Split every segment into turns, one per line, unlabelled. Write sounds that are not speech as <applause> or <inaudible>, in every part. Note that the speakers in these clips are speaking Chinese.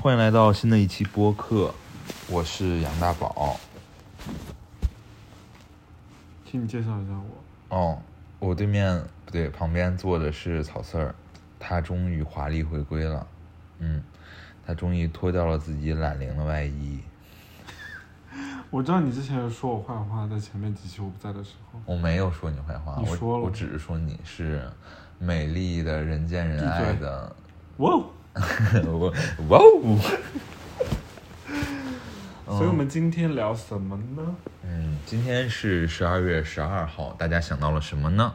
欢迎来到新的一期播客，我是杨大宝。
请你介绍一下我。
哦，我对面不对，旁边坐的是草四儿，他终于华丽回归了。嗯，他终于脱掉了自己懒灵的外衣。
我知道你之前有说我坏话，在前面几期我不在的时候。
我没有说你坏话，
你说
我
了
我只是说你是美丽的、人见人爱的。
哇哦！
我 <laughs> 哇哦！
所以我们今天聊什么呢？
嗯，今天是十二月十二号，大家想到了什么呢？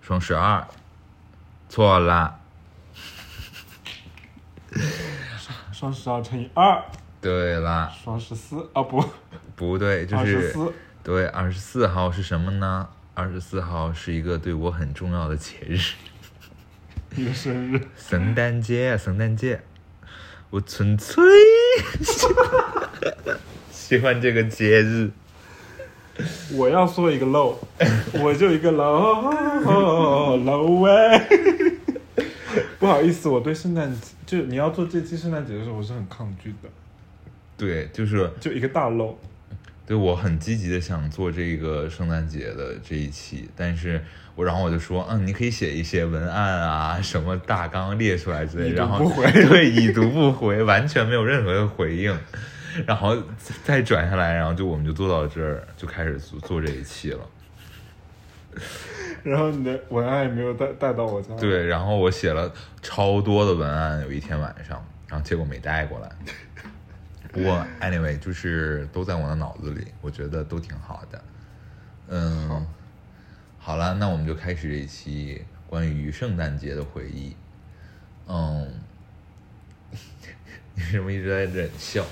双十二，错啦，
双十二乘以二，
对啦，
双十四啊不，
不对，就
二十
是
四。
对二十四号是什么呢？二十四号是一个对我很重要的节日，
你的生日，
圣诞节，啊圣诞节，我纯粹喜欢 <laughs> 这个节日。
<laughs> 我要说一个
<laughs>
low，我就一个 low low 喂。 <laughs> 不好意思，我对圣诞节，就你要做这期圣诞节的时候，我是很抗拒的，
对，就是
就一个大 low。
对我很积极的想做这个圣诞节的这一期，但是我然后我就说，嗯，你可以写一些文案啊，什么大纲列出来之类，
已读
然后
不回
对，已读不回，完全没有任何的回应，然后再转下来，然后就我们就做到这儿，就开始做做这一期了。
然后你的文案也没有带带到我家，，
对，然后我写了超多的文案，有一天晚上，然后结果没带过来。不过 anyway，就是都在我的脑子里，我觉得都挺好的。嗯，好了，那我们就开始这一期关于圣诞节的回忆。嗯， <laughs> 你为什么一直在忍笑？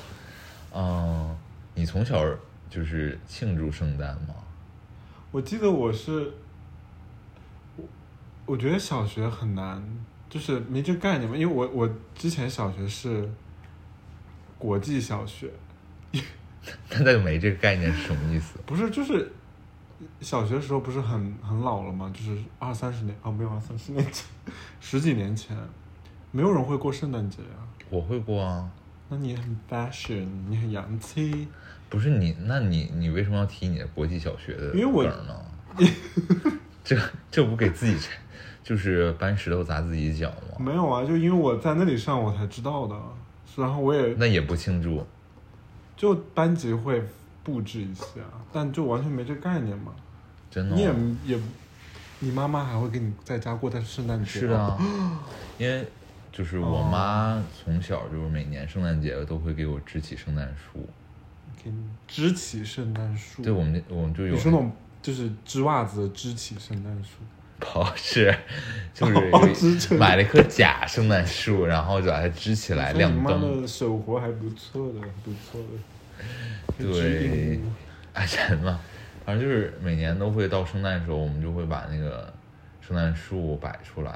嗯，你从小就是庆祝圣诞吗？ <laughs>
我记得我是，我我觉得小学很难，就是没这个概念嘛，因为我我之前小学是国际小学，
那那个没这个概念是什么意思？
不是就是小学的时候不是很很老了嘛，就是二三十年啊、没有二三十年前， <laughs> 十几年前，没有人会过圣诞节啊。
我会过啊。
那你很 fashion，你很洋气，
不是你，那你你为什么要提你的国际小学的
因为我
梗儿呢？ <laughs> 这这不给自己拆，就是搬石头砸自己脚吗？
没有啊，就因为我在那里上我才知道的，然后我也
那也不庆祝，
就班级会布置一下，但就完全没这概念嘛。
真的
你也
吗
也，你妈妈还会跟你在家过但是圣诞节。
是，啊，因为就是我
哦
妈从小就是每年圣诞节都会给我支起圣诞树，
给你支起圣诞树。
对我们那我们就有
嗯你说那种就是织袜子的支起圣诞树，
<laughs> 不
<laughs>
是，就是
哦
有
支撑
买了一棵假圣诞树，然后就把它支起来
所以
亮
哎你妈
灯。
的手活还不错的，不错的。
对，啊人嘛，反正就是每年都会到圣诞的时候，我们就会把那个圣诞树摆出来，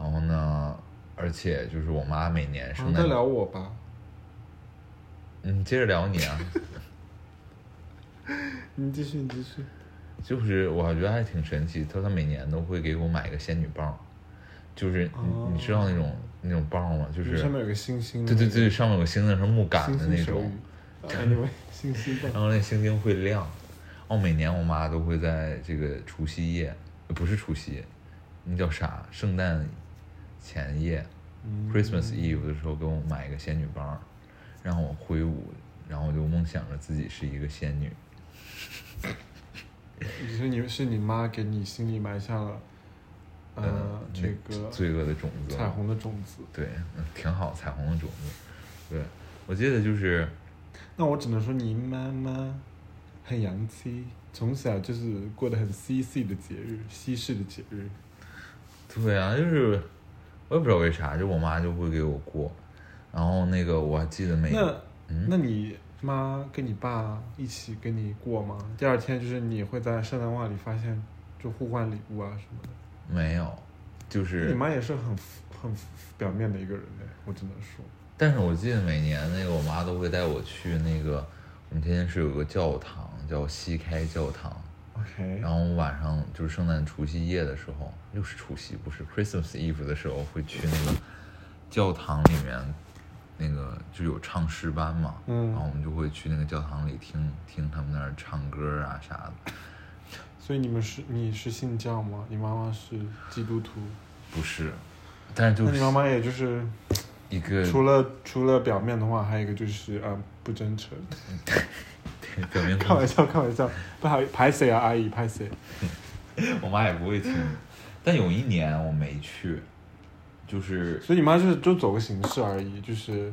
然后呢，而且就是我妈每年
然后
圣
再
诞，
聊我吧。
嗯，接着聊你啊， <laughs>
你继续，你继续。
就是我觉得还挺神奇，她她每年都会给我买一个仙女棒，就是你、你知道那种那种棒吗？就
哦就是上面有个星星。
对对对，，上面有个星星是木杆
星
的
星
那
手
种
语。。Anyway，星啊星
<laughs>
的。
然后那星星会亮。哦，每年我妈都会在这个除夕夜，呃不是除夕，那叫啥？圣诞前夜、
嗯
c h r i s t m a s Eve 的时候给我买一个仙女棒儿，让我挥舞，然后我就梦想着自己是一个仙女。
你说你是你妈给你心里埋下了，呃，
嗯，
这
那
个
罪恶的种子，
彩虹的种子。
对，嗯挺好，彩虹的种子。对，我记得就是
那我只能说你妈妈很洋气，从小就是过得很西式的节日，西式的节日。
对啊，就是我也不知道为啥，就我妈就会给我过，然后那个我还记得每
那、
嗯
那你妈跟你爸一起跟你过吗？第二天就是你会在圣诞袜里发现就互换礼物啊什么的。
没有，就是
你妈也是很浮很浮表面的一个人嘞，我只能说。
但是我记得每年那个我妈都会带我去那个我们天津市有个教堂叫西开教堂，
OK，
然后我晚上就是圣诞除夕夜的时候，又是除夕不是 Christmas Eve 的时候会去那个教堂里面那个就有唱诗班嘛，
嗯
然后我们就会去那个教堂里听听他们那儿唱歌啊啥的。
所以你们是你是信教吗？你妈妈是基督徒，
不是，但是就
那你妈
是
妈也就是
一个
除了除了表面的话，还有一个就是啊、不真诚。 <laughs>
表面
开
功
玩笑，开玩笑，不好意拍谁啊，阿姨拍谁？
我妈也不会听。但有一年我没去，就是
所以你妈就是就走个形式而已，就是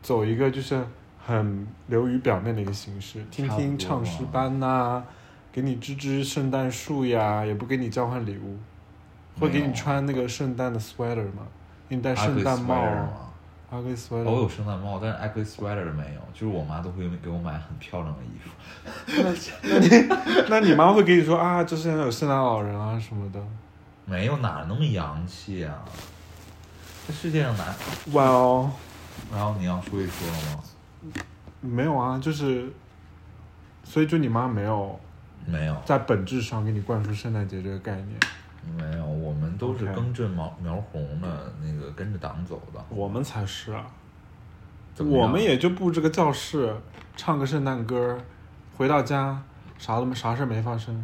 走一个就是很流于表面的一个形式，听
差不多
听
吧
唱诗班呐、给你支支圣诞树呀，也不给你交换礼物，会给
没
你
有
穿那个圣诞的 sweater 吗？给你戴
阿
圣
克
诞帽
sweater
啊，
嘛。
阿哥 sweater，、
我有圣诞帽，但是 a c sweater 没有，就是我妈都会给我买很漂亮的衣服。
<laughs> 那你妈会给你说啊，这现在有圣诞老人啊什么的。
没有哪那么洋气啊？这世界上哪？
Well，
然后你要说一说了吗？
没有啊，就是，所以就你妈没有
没有，
在本质上给你灌输圣诞节这个概念。
没有，我们都是
OK
跟着苗苗红的那个跟着党走的。
我们才是啊，
怎么样
我们也就布置个教室，唱个圣诞歌，回到家啥都没啥事儿没发生。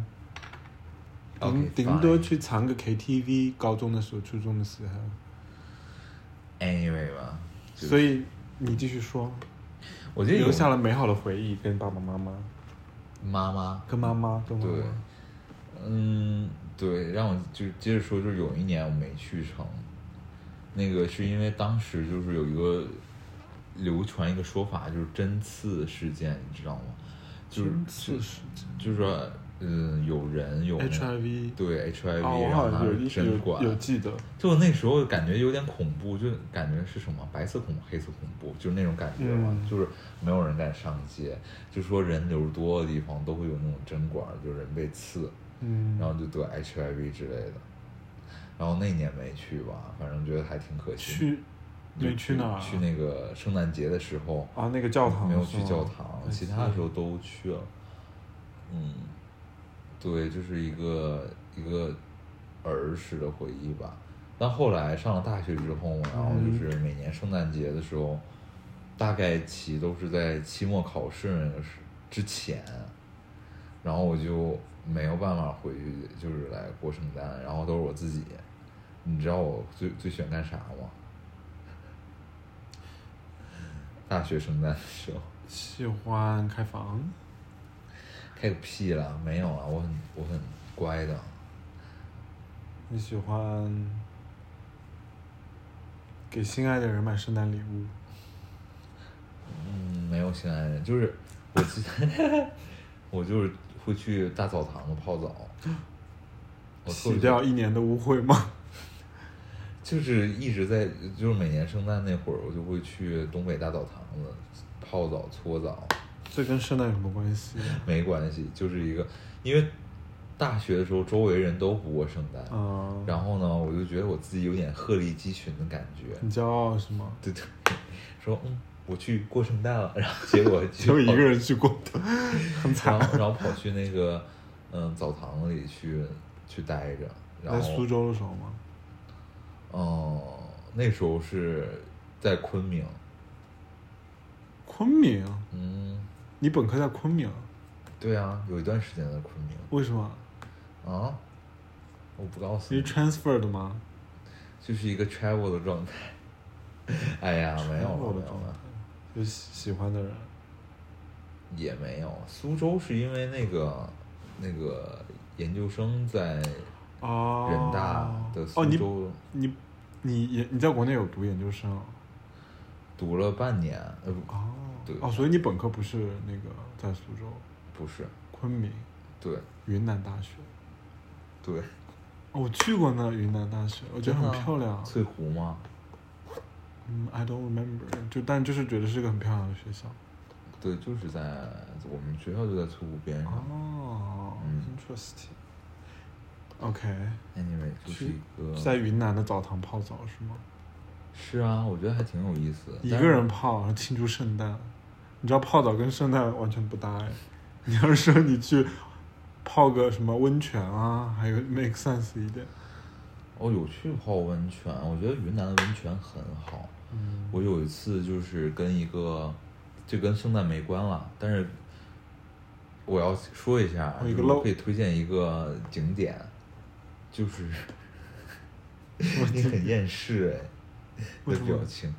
顶
OK，
顶多
fine
去藏个 KTV，高中的时候、初中的时候。
anyway 吧。就是
所以你继续说，
我记得有
留下了美好的回忆，跟爸爸妈妈、
妈妈，
跟妈妈、跟妈
对
妈。，
嗯，对，让我就接着说，就是有一年我没去成，那个是因为当时就是有一个流传一个说法，就是针刺事件，你知道吗？就是
针刺事
就是说，嗯，有人有那
HIV
对 HIV，、
啊，我
然后
好
拿
像有
着
一
针管
有，有记得，
就那时候感觉有点恐怖，就感觉是什么白色恐怖、黑色恐怖，就是那种感觉嘛，
嗯
就是没有人敢上街，就说人流多的地方都会有那种针管，就人被刺，
嗯，
然后就得 HIV 之类的。然后那年没去吧，反正觉得还挺可惜。
去
就
没去哪儿啊？
去那个圣诞节的时候，
啊，那个教堂
没有
是
去
吗
教堂，
I
其他的
see
时候都去了。嗯，对，就是一个一个儿时的回忆吧。但后来上了大学之后，然后就是每年圣诞节的时候，大概其都是在期末考试那个时之前，然后我就没有办法回去，就是来过圣诞，然后都是我自己。你知道我最最喜欢干啥吗？大学圣诞的时候。
喜欢开房，
开个屁啦，没有啊啦，我很我很乖的，
你喜欢给心爱的人买圣诞礼物，
嗯，没有心爱的人，就是我记得，我就是会去大澡堂子泡澡，我特
洗
别
掉一年的污秽吗？ <laughs>
就是一直在，就是每年圣诞那会儿，我就会去东北大澡堂子泡澡搓澡，
这跟圣诞有什么关系？啊
没关系，就是一个，因为大学的时候周围人都不过圣诞，
嗯，
然后呢，我就觉得我自己有点鹤立鸡群的感觉，
很骄傲是吗？
<laughs> 对对，说嗯，我去过圣诞了，然后结果
只有
去
一
跑
个，人去过，很
<laughs> 然
惨。 <laughs>
后然后跑去那个嗯澡堂里去去待着，然
在
后
苏州的时候吗？
嗯那时候是在昆明，
昆明，
嗯，
你本科在昆明，
对啊，有一段时间在昆明
为什么？
啊，我不告诉
你
你
是，transfer 的吗？
就是一个 travel 的状态。哎呀，没有了，没有了，
有喜喜欢的人，
也没有。苏州是因为那个那个研究生在
哦，
人大的苏
哦，你
州
你你研你在国内有读研究生啊？
读了半年，呃，不，
哦，
对
哦，所以你本科不是那个在苏州、
不是，
昆明、
对
云南大学？
对，
哦，我去过那云南大学，我觉得很
真的
漂亮。
翠湖吗？
嗯，I don't remember，就但就是觉得是个很漂亮的学校。
对，就是在我们学校就在翠湖边上。
哦、
嗯
i n t e r e s t i n g OK，
Anyway，就是一个
在云南的澡堂泡澡是吗？
是啊，我觉得还挺有意思的。
一
但
个
是
人泡，然后庆祝圣诞。你知道泡澡跟圣诞完全不搭哎。你要是说你去泡个什么温泉啊，还有 make sense 一点。
哦我有去泡温泉，我觉得云南的温泉很好。
嗯，
我有一次就是跟一个，这跟圣诞没关了，但是我要说一下，
哦我一个
就是我
low
可以推荐一个景点，就是
<laughs>
<laughs> 你很厌世哎，你
为
的
什么
表情，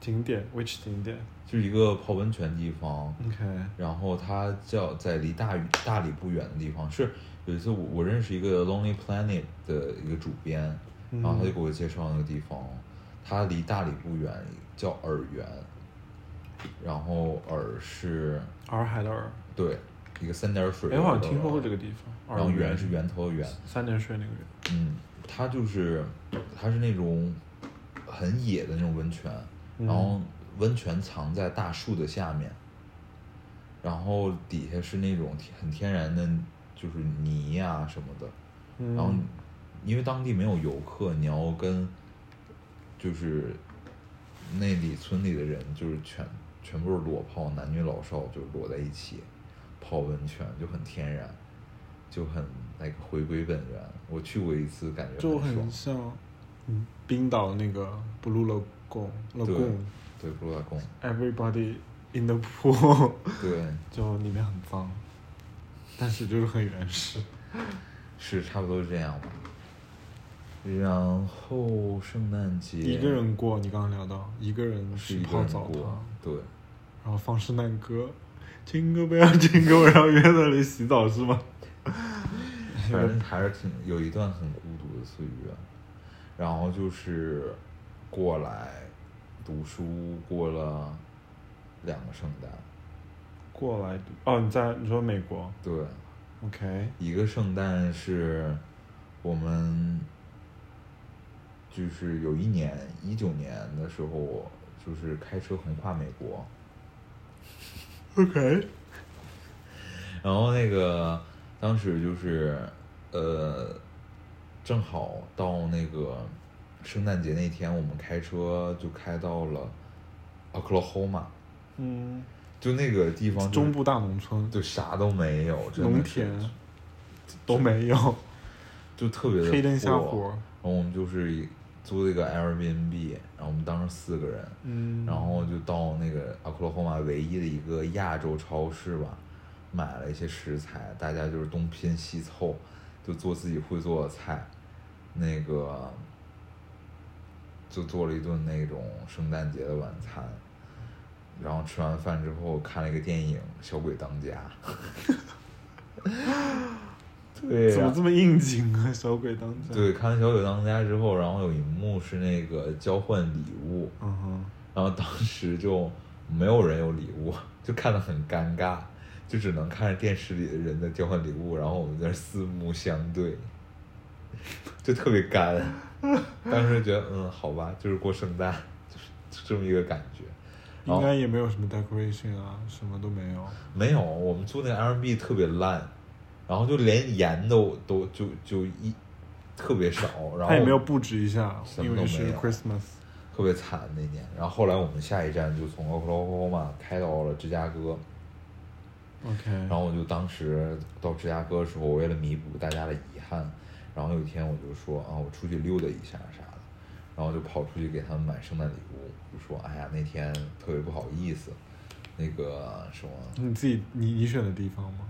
景点，which 景点
就是一个泡温泉地方，
？OK，
然后它叫在离大屿大理不远的地方。是有一次我我认识一个 Lonely Planet 的一个主编，
嗯
然后他就给我介绍那个地方，它离大理不远，叫洱源。然后洱是
洱海的洱。
对一个三点水，
哎，我好像听说过这个地方。
然后源
源
是源头的源，
三点水那个源。
嗯，它就是它是那种很野的那种温泉，
嗯
然后温泉藏在大树的下面，然后底下是那种天很天然的，就是泥呀、什么的。
嗯
然后因为当地没有游客，你要跟就是那里村里的人，就是全全部是裸泡，男女老少就裸在一起泡温泉，就很天然，就很那个回归本源。我去过一次，感觉
就
很爽
很。像，嗯，冰岛那个 Blue Lagoon
对
Lagoon
对，布拉宫，
Everybody in the <laughs> pool，
对，
就里面很脏，但是就是很原始。
是差不多是这样吧。然后圣诞节
一个人过，你刚刚聊到一个人
是
去
一个
泡
人
澡
过
堂，，
对，
<laughs> 然后放圣诞歌，听歌不要听歌，然后约在那里洗澡是吗？
反正还是挺有一段很孤独的岁月，然后就是过来读书，过了两个圣诞，
过来读哦，你在你说美国
对，
，OK，
一个圣诞是我们就是有一年一九年的时候，就是开车横跨美国，
OK，
然后那个当时就是呃，正好到那个圣诞节那天，我们开车就开到了 Oklahoma，
嗯，
就那个地方就
中部大农村，
就啥都没有，真的是
农田都没有，
就特别的
黑灯瞎
破。
火，
然后我们就是租了一个 Airbnb，然后我们当时四个人，
嗯，
然后就到那个 Oklahoma 唯一的一个亚洲超市吧，买了一些食材，大家就是东拼西凑，就做自己会做的菜，那个就做了一顿那种圣诞节的晚餐，然后吃完饭之后看了一个电影《小鬼当家》， <laughs> 对
怎
呀、
么这么应景啊？小鬼当家。，
对，看完《小鬼当家》之后，然后有一幕是那个交换礼物，
嗯哼，
然后当时就没有人有礼物，就看得很尴尬，就只能看着电视里的人在交换礼物，然后我们在那儿四目相对，就特别干。当时觉得嗯，好吧，就是过圣诞，就是就这么一个感觉。然
应
后
该也没有什么 decoration 啊，什么都没有。
没有，我们住那 Airbnb 特别烂，然后就连盐都都就就一特别少，然后
他也没有布置一下，
什么
因
都
为是
没有
Christmas。
特别惨那年。然后后来我们下一站就从 Oklahoma 开到了芝加哥。
OK，
然后我就当时到芝加哥的时候，我为了弥补大家的遗憾，然后有一天我就说啊，我出去溜达一下啥的，然后就跑出去给他们买圣诞礼物，就说哎呀那天特别不好意思，那个什么，
你自己你你选的地方吗？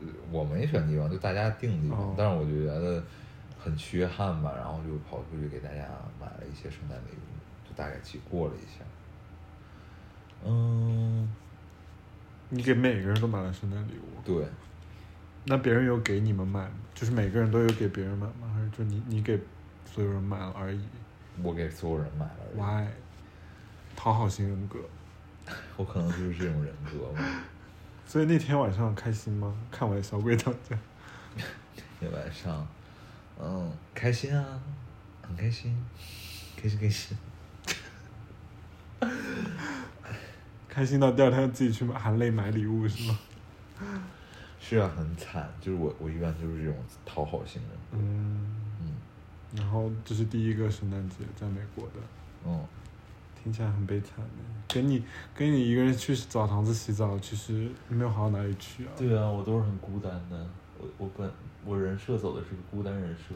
呃我没选地方，就大家定地方
哦，
但是我就觉得很缺憾吧，然后就跑出去给大家买了一些圣诞礼物，就大概去过了一下，嗯，
你给每个人都买了圣诞礼物，
对，
那别人有给你们买吗？就是每个人都有给别人买吗？还是就你你给所有人买了而已
我给所有人买了而已。
？Why？讨好型人格。
我可能就是这种人格吧。
所以那天晚上开心吗？看完《小鬼当家》，
那晚上，嗯，开心啊，很开心，开心开心。
开心到第二天自己去买含泪买礼物是吗？
<laughs> 是啊，很惨，就是我我一般就是这种讨好型人。
嗯。
嗯
然后这是第一个圣诞节在美国的，
嗯，
听起来很悲惨呢。跟你跟你一个人去澡堂子洗澡，其实没有好到哪里去啊。
对啊，我都是很孤单的。我我本我人设走的是个孤单人设。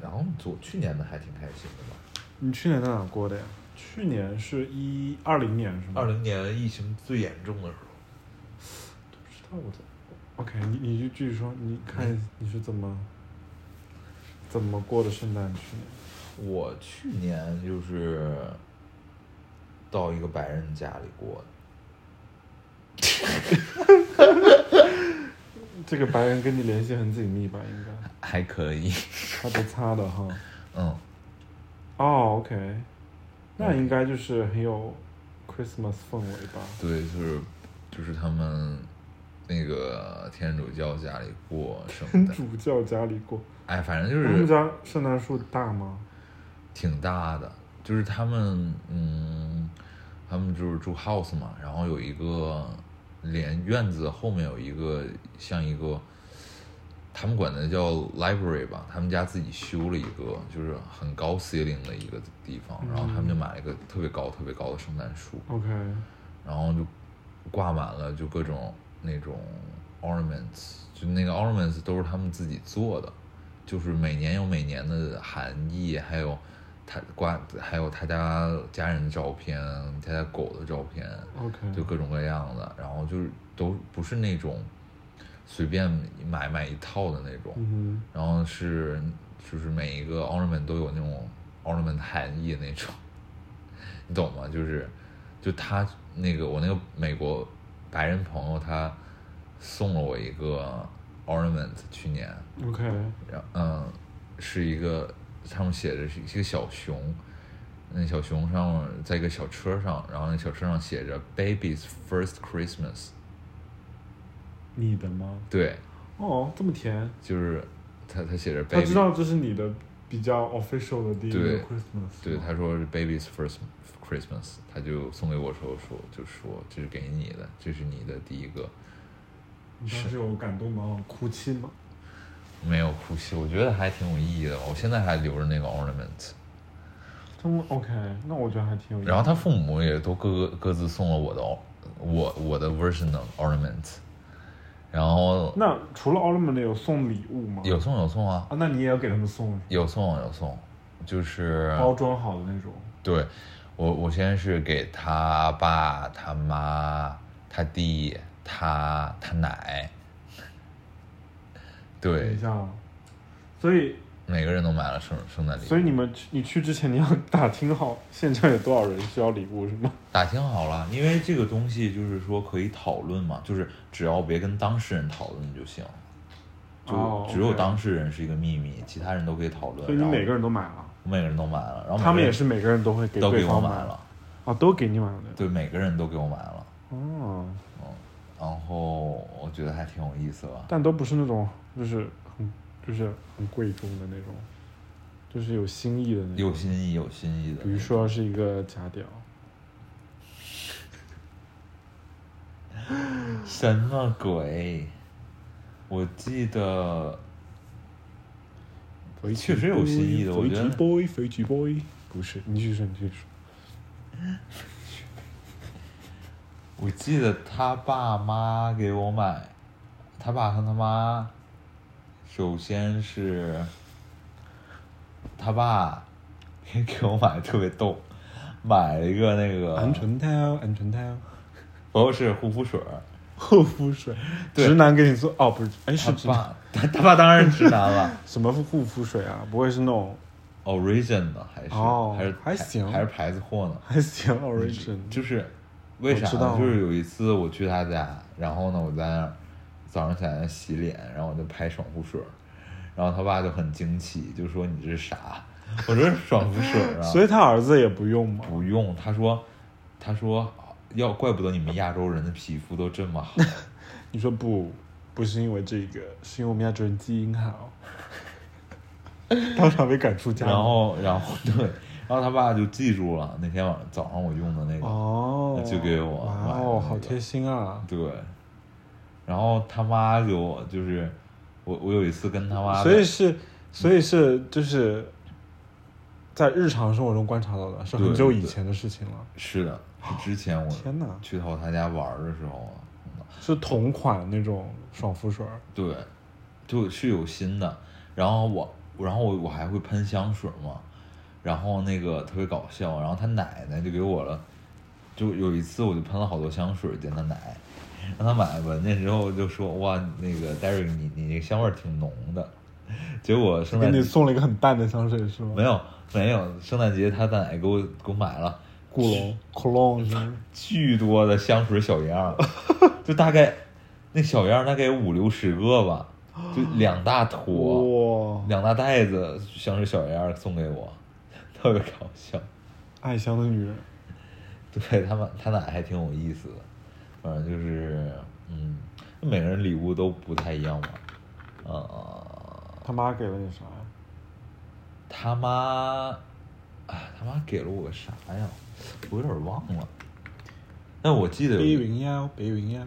然后昨去年的还挺开心的吧。
你去年在哪过的呀？去年是一二零年是吗？
二零年疫情最严重的时候，
不知道我嗯在。OK，你你就继续说，你看你是怎么怎么过的圣诞去年？
我去年就是到一个白人家里过的，
这个白人跟你联系很紧密吧？应该，
还可以。
他都擦的哈。
嗯，
哦，OK、o k 那应该就是很有 Christmas 氛围吧？
对，就是就是他们那个天主教家里过圣
天
诞，
主教家里过，
<laughs> 哎，反正就
他
是
们家圣诞树大吗？
挺大的，就是他们，嗯，他们就是住 house 嘛，然后有一个连院子后面有一个像一个，他们管那叫 library 吧，他们家自己修了一个就是很高 ceiling 的一个地方，然后他
嗯
们就买了一个特别高特别高的圣诞树，
OK，
然后就挂满了就各种那种 ornaments，就那个 ornaments 都是他们自己做的，就是每年有每年的含义，还有他挂还有他家家人的照片，他家狗的照片，
OK
就各种各样的，然后就是都不是那种随便买买一套的那种，
嗯
然后是就是每一个 ornament 都有那种 ornament 含义的那种， <laughs> 你懂吗？就是就他那个我那个美国白人朋友他送了我一个 ornament，去年，
哼，OK，
然嗯是一个上面写着是一个小熊。那小熊上面在一个小车上，然后那小车上写着 “Baby's First Christmas”，
你的吗？
对，
哦，这么甜，
就是他他写着 “Baby”，
他知道这是你的比较 official 的第一个
对
Christmas，
对，
吗
他说是 baby's first Christmas，他就送给我时候说，就说这是给你的，这是你的第一个，
你当时有感动吗？ <laughs> 哭泣吗？
没有哭泣，我觉得还挺有意义的，我现在还留着那个 ornament。
他们 OK，那我觉得还挺有意思。
然后他父母也都各各自送了我的 or- 我我的 version 的 ornament，然后
那除了 ornament 有送礼物吗？
有送有送啊，
啊，那你也要给他们送
有送有送，就是
包装好的那种。
对，我我先是给他爸、他妈、他弟、他他奶，
等一
对，
下啊，所以
每个人都买了圣圣诞礼
所
物，
以你们去你去之前你要打听好现场有多少人需要礼物是吗？
打听好了，因为这个东西就是说可以讨论嘛，就是只要别跟当事人讨论就行，
哦
就 <laughs> 只有
OK
当事人是一个秘密，其他人都可以讨论。
所以你
然后
每个人都买了，
我每个人都买了，然后
他
每
们
个
也
人
是每个人都会给
都
对
给我
方买
买了，
啊，都给你买了。
对，每个人都给我买了，
哦，
嗯，然后我觉得还挺有意思吧。
但都不是那种就是很就是很贵重的那种，就是有心意的那种。
有新意，有新意的。
比如说是一个假屌，
什么鬼？我记得
肥
确实有新意的我觉得
橘 boy，肥橘 boy，不是，你继续说，你继续说。
我记得他爸妈给我买，他爸和他妈，首先是他爸给我买特别逗，买了一个那个
鹌鹑汤，鹌鹑汤，
不是护肤水儿，
护肤水，
对
直男给你做哦，不是，
他
哎，是直男
爸他他爸当然是直男
<laughs>
了
什么护肤水啊？不会是那种 <laughs>
，Origin 的还是、
哦
还是
还行
还是牌子货呢，
还行，origin，
就是为啥
我知道啊
呢？就是有一次我去他家，然后呢，我在那儿早上起来洗脸，然后我就拍爽肤水儿，然后他爸就很惊奇，就说你这是啥？ <laughs> 我说是爽肤水儿啊，
所以他儿子也不用嘛。
不用。他说，他说要怪不得你们亚洲人的皮肤都这么
<laughs>
好。
你说不，不是因为这个，是因为我们亚洲人基因好。 <laughs> 当场被赶出家门。
然后，然后对，然后他爸就记住了那天晚上早上我用的那个，
哦，
就给我
哇
买了那
哦，好
个
贴心啊！
对。然后他妈给我就是，我我有一次跟他妈的，
所以是，所以是就是在日常生活中观察到的，是很
对
久
对
以前的事情了。
是的，是之前我
天哪，
去到他家玩儿的时候，嗯
是同款那种爽肤水儿，
对，就是有新的。然后我然后我我还会喷香水嘛，然后那个特别搞笑，然后他奶奶就给我了，就有一次我就喷了好多香水给他奶，让他买闻见之后就说哇那个 Derek 你你这香味儿挺浓的，结果圣
给
诞节
你送了一个很淡的香水是吗？
没有没有圣诞节他奶奶给我给我买了。
古龙、c o l o n 是吗？
巨多的香水小样
<laughs>
儿，就大概那小样儿大概有五六十个吧，就两大坨、
哇，
两大袋子香水小样儿送给我， <laughs> 特别搞笑。
爱香的女人，
对他们，他奶还挺有意思的，反正就是，嗯，每个人礼物都不太一样嘛。呃，
他妈给了你啥呀？
他妈，哎，他妈给了我个啥呀？我有点忘了，但我记得
白
有，
云烟，哦白云烟，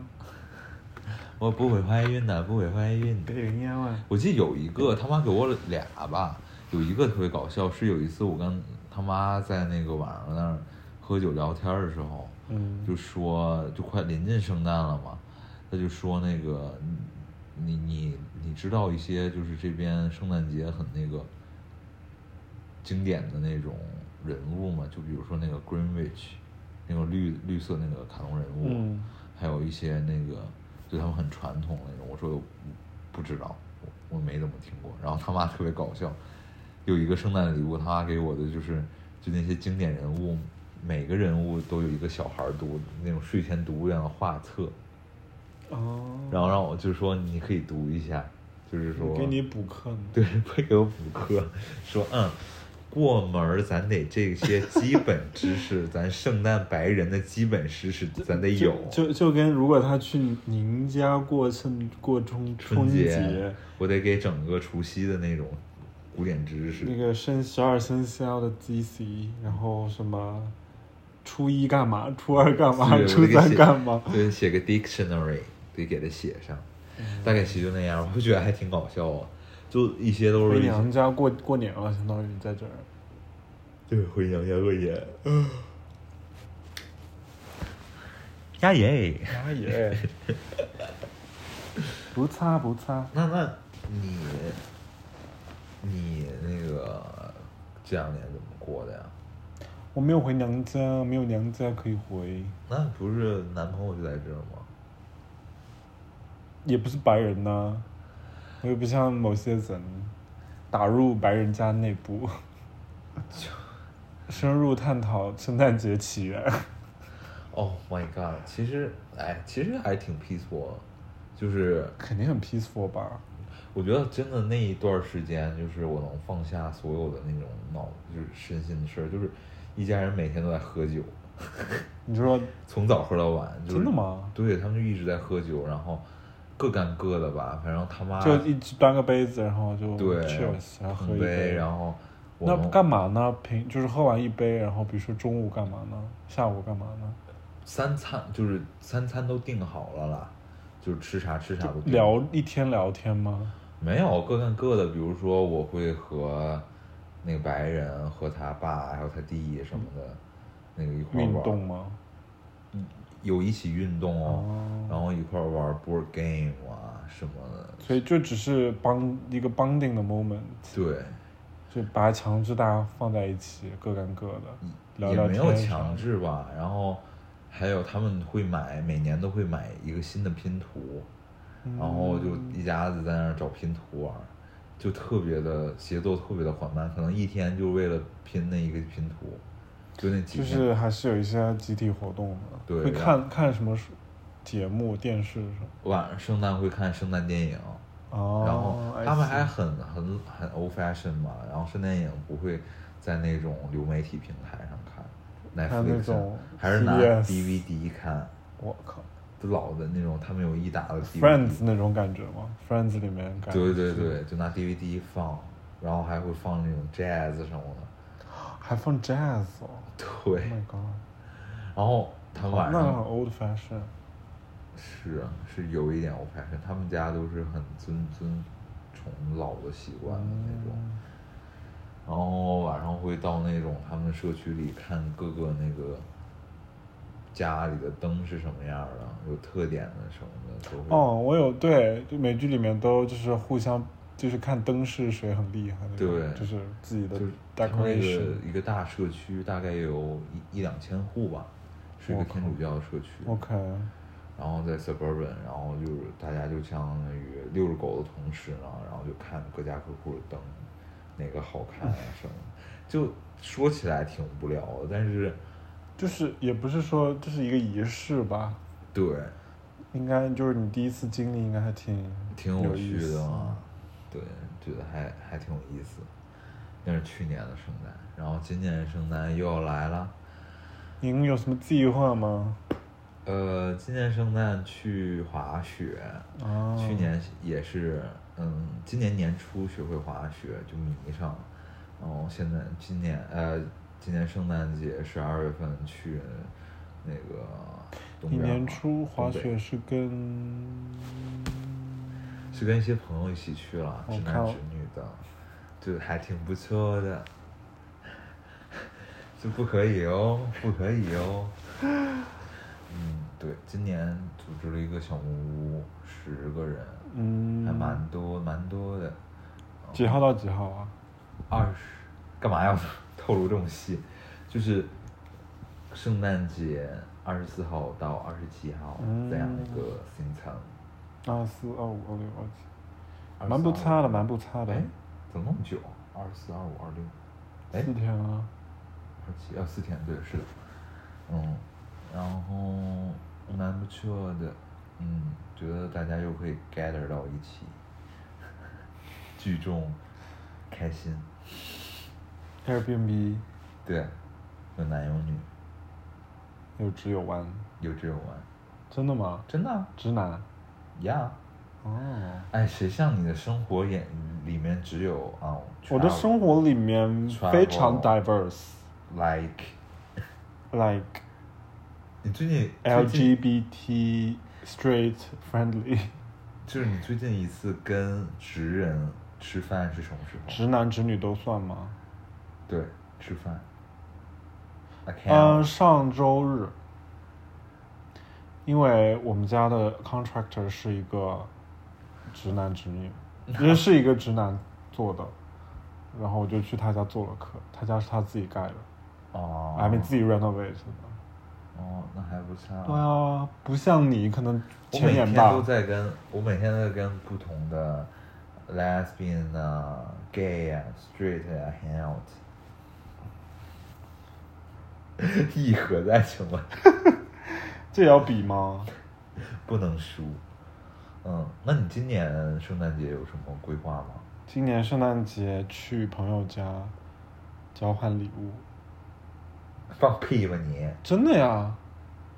我不会怀孕的，不会怀孕的
白。云烟啊！
我记得有一个他妈给我俩吧，有一个特别搞笑，是有一次我跟他妈在那个晚上那儿喝酒聊天的时候，
嗯，
就说就快临近圣诞了嘛，他就说那个你你你知道一些就是这边圣诞节很那个经典的那种人物嘛，就比如说那个 Greenwich，那个绿绿色那个卡通人物，
嗯
还有一些那个就他们很传统那种。我说我不知道，我我没怎么听过。然后他妈特别搞笑，有一个圣诞礼物，他妈给我的就是就那些经典人物，每个人物都有一个小孩儿读那种睡前读物一样的画册，
哦，
然后让我就说你可以读一下，就是说
给你补课呢。
<laughs> 对，会给我补课，说嗯，过门儿咱得这些基本知识， <laughs> 咱圣诞白人的基本知识咱得有。
就就就跟如果他去您家过圣过中
春
节，
我得给整个除夕的那种古典知识。
那个生十二生肖的 GC，然后什么初一干嘛，初二干嘛，
对
初三干嘛？？
我得给写对，写个 dictionary，得给它写上。
嗯
大概其实就那样，我觉得还挺搞笑啊。就一些都是
回
一些
娘家过过年了，相当于在
<laughs>
这儿。
对，回娘家过
<laughs>
年。呀耶！
妈耶！不擦不擦，
那那你你那个这两年怎么过的呀？
我没有回娘家，没有娘家可以回，
那不是男朋友就在这儿吗？
也不是白人呐、我又不像某些人打入白人家内部， <laughs> 深入探讨圣诞节起源。
Oh my god！其实，哎，其实还挺 peaceful，的就是
肯定很 peaceful 吧？
我觉得真的那一段时间，就是我能放下所有的那种脑，就是身心的事儿，就是一家人每天都在喝酒，
你说
从早喝到晚。就是、
真的吗？
对他们就一直在喝酒，然后各干各的吧，反正他妈
就一直端个杯子，然后就
啊对
cheers，然后喝
碰
一
杯，
杯，
然后我
那
们
干嘛呢？平就是喝完一杯，然后比如说中午干嘛呢？下午干嘛呢？
三餐就是三餐都定好了啦，就是吃啥吃啥都定好
聊一天聊天吗？
没有各干各的，比如说我会和那个白人和他爸还有他弟什么的，那个一块儿
运
玩
动吗？
有一起运动哦，
哦，
然后一块儿玩 board game 啊什么的，
所以就只是帮一个 bonding 的 moment，
对，
就把强制大家放在一起，各干各的，
嗯
聊
也
聊
没
天。
有强。制吧。然后还有他们会买，每年都会买一个新的拼图，
嗯
然后就一家子在那儿找拼图玩儿，就特别的节奏特别的缓慢，可能一天就为了拼那一个拼图，就那几
就
天。
是还是有一些集体活动的，
对
会
然
看看什么节目、电视什么。
晚上圣诞会看圣诞电影，
哦，
然后
I
他们还
see
很很很 old fashion 嘛，然后圣诞电影不会在那种流媒体平台上看
看那
，Netflix 上
种
还是拿
CBS
DVD 看，
我靠
就老的那种，他们有一打的 DVD，
，Friends 那种感觉吗？Friends 里面感觉
对对
是，
对，就拿 DVD 放，然后还会放那种 jazz 什么的，
还放 jazz 哦，Oh
对，
my god，
然后他们晚
那很
上
old fashion，
是啊是有一点 old fashion，他们家都是很尊尊崇老的习惯的那种。
嗯
然后晚上会到那种他们社区里看各个那个家里的灯是什么样儿
哦
的，有特点的什么的都会。
哦，我有对，就美剧里面都就是互相就是看灯饰谁很厉害那种，
对
就是自己的
就是他们那
decoration
个。一个大社区，大概有一一两千户吧，是一个
我靠
天主教的社区。
OK，
然后在 suburban，然后就是大家就相当于遛着狗的同时呢，然后就看各家各户的灯，哪个好看啊什么，就说起来挺无聊的，但是
就是也不是说这是一个仪式吧，
对，
应该就是你第一次经历，应该还挺
挺
有
趣
意思啊
的啊嘛，对，觉得还还挺有意思。那是去年的圣诞，然后今年的圣诞又要来了。
您有什么计划吗？
呃，今年圣诞去滑雪，
啊，
去年也是，嗯，今年年初学会滑雪就迷上了，然后现在今年呃，今年圣诞节十二月份去那个东
你
边
年
滑
初滑
东北
雪是跟
是跟一些朋友一起去了，
我
直男
看
直女的，就还挺不错的。这不可以哦，不可以哦。嗯，对，今年组织了一个小木屋，十个人，
嗯
还蛮啊多蛮多的。
几号到几号啊？
二十，干嘛要透露这种细？就是圣诞节二十四号到二十七号，这样一个
嗯
行程，
二四二五二六二七，
24
蛮不差的，
25
蛮不差的
哎，，怎么那么久？啊二十四、二五、二六，哎
四，天啊，
二七啊，四天，对，是的，嗯，然后蛮不错的，嗯，觉得大家又可以 gather 到一起，聚众，开心，
Airbnb
对，有男有女，
有直有弯，
有这种玩，
真的吗？
真的啊
直男？
呀、
哦，
哎，谁像你的生活眼里面只有啊，
我的生活里面非常
Travel
diverse，like
like，你最近最近
LGBT straight friendly， <laughs>
就是你最近一次跟直人吃饭是什么时候？
直男直女都算吗？
对，吃饭。I can't
嗯，上周日，因为我们家的 contractor 是一个直男直
<laughs>
女，也是一个直男做的，然后我就去他家做了客，他家是他自己盖的，
哦，
还没自己 renovate 的。
哦，那还不差。
对啊，不像你可能
我
前
每
年
天
吧
都，在跟我每天都在跟不同的 lesbian 啊、gay 啊、straight 啊 hang out，意何在？请问
这也要比吗？
不能输。嗯，那你今年圣诞节有什么规划吗？
今年圣诞节去朋友家交换礼物，
放屁吧你！
真的呀，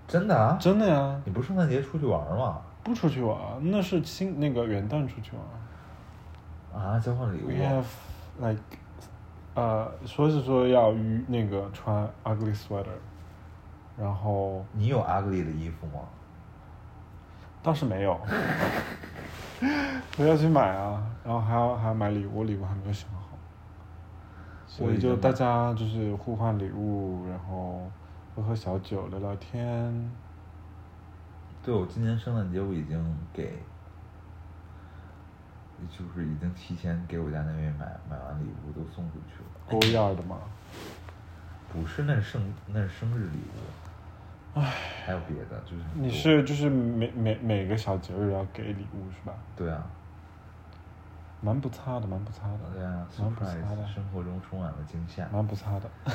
真的啊？
真的呀，
你不是圣诞节出去玩吗？
不出去玩儿，那是新那个元旦出去玩儿。
啊，交换礼物
We have like，呃，说是说要与那个穿 ugly sweater，然后
你有 ugly 的衣服吗？
倒是没有，我要去买啊，然后还要还要买礼物，礼物还没有想好，所
我
以
已
就
经
大
买
家就是互换礼物，然后喝喝小酒，聊聊天。
对，我今年圣诞节我已经给，就是已经提前给我家那位买买完礼物都送出去了。
狗眼儿的嘛，
哎不是，那是生那是生日礼物。唉，还有别的，就是很
你
多
是就是每每每个小节日要给礼物是吧？
对啊，
蛮不差的，蛮不差的。
对啊
蛮不差
，surprise，
的
生活中充满了惊吓。
蛮不差的，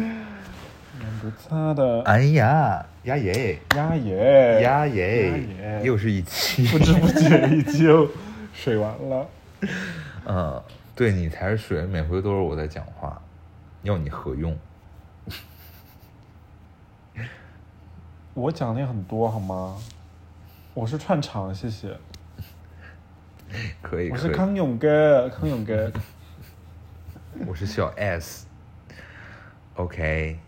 蛮不差的。
哎呀，呀耶，
呀耶，
呀
呀
耶，
耶
又是一期。
哎不知不觉已经水完了。
嗯，对你才是水，每回都是我在讲话，要你何用？
我讲的也很多好吗？我是串场，谢谢。
可以，
我
可
是
以。
康永哥，康永哥。
我是小 S。OK，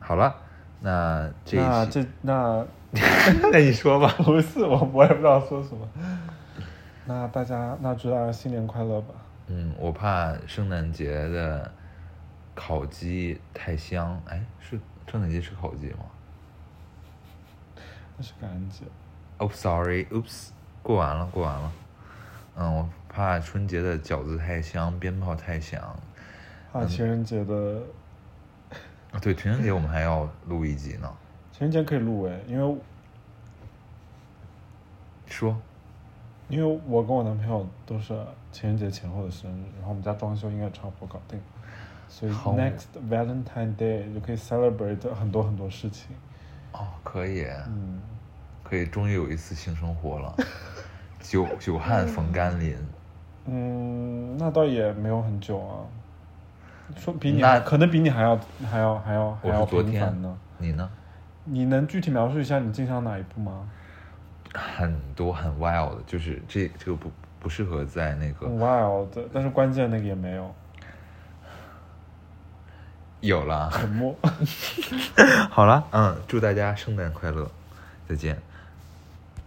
好了，那 <laughs> 这
那
一期，
这那 <laughs>
<laughs> 那你说吧。
不是我，我也不知道说什么。那大家那祝大家新年快乐吧。
嗯，我怕圣诞节的烤鸡太香。哎，是圣诞节吃烤鸡吗
那是感恩节，
？Oh, ？Oh，sorry，oops，过完了，过完了。嗯，我怕春节的饺子太香，鞭炮太响。
啊，
嗯
情人节的
啊对，情人节我们还要录一集呢。
情人节可以录哎，因为
说，
因为我跟我男朋友都是情人节前后的生日，然后我们家装修应该差不多搞定，所以
好
next Valentine Day 就可以 celebrate 很多很多事情。
哦，可以，
嗯，
可以，终于有一次性生活了。 <laughs> 久久旱逢甘霖，
嗯，那倒也没有很久啊，说比你
那
还可能比你还要还要还要还
我
要
是昨
频
天
繁呢。，
你呢？
你能具体描述一下你进行到哪一步吗？
很多很 wild，就是这这个不不适合在那个、
很 wild，但是关键那个也没有，
有 <laughs> 了。
沉默。
好了，嗯，祝大家圣诞快乐，再见。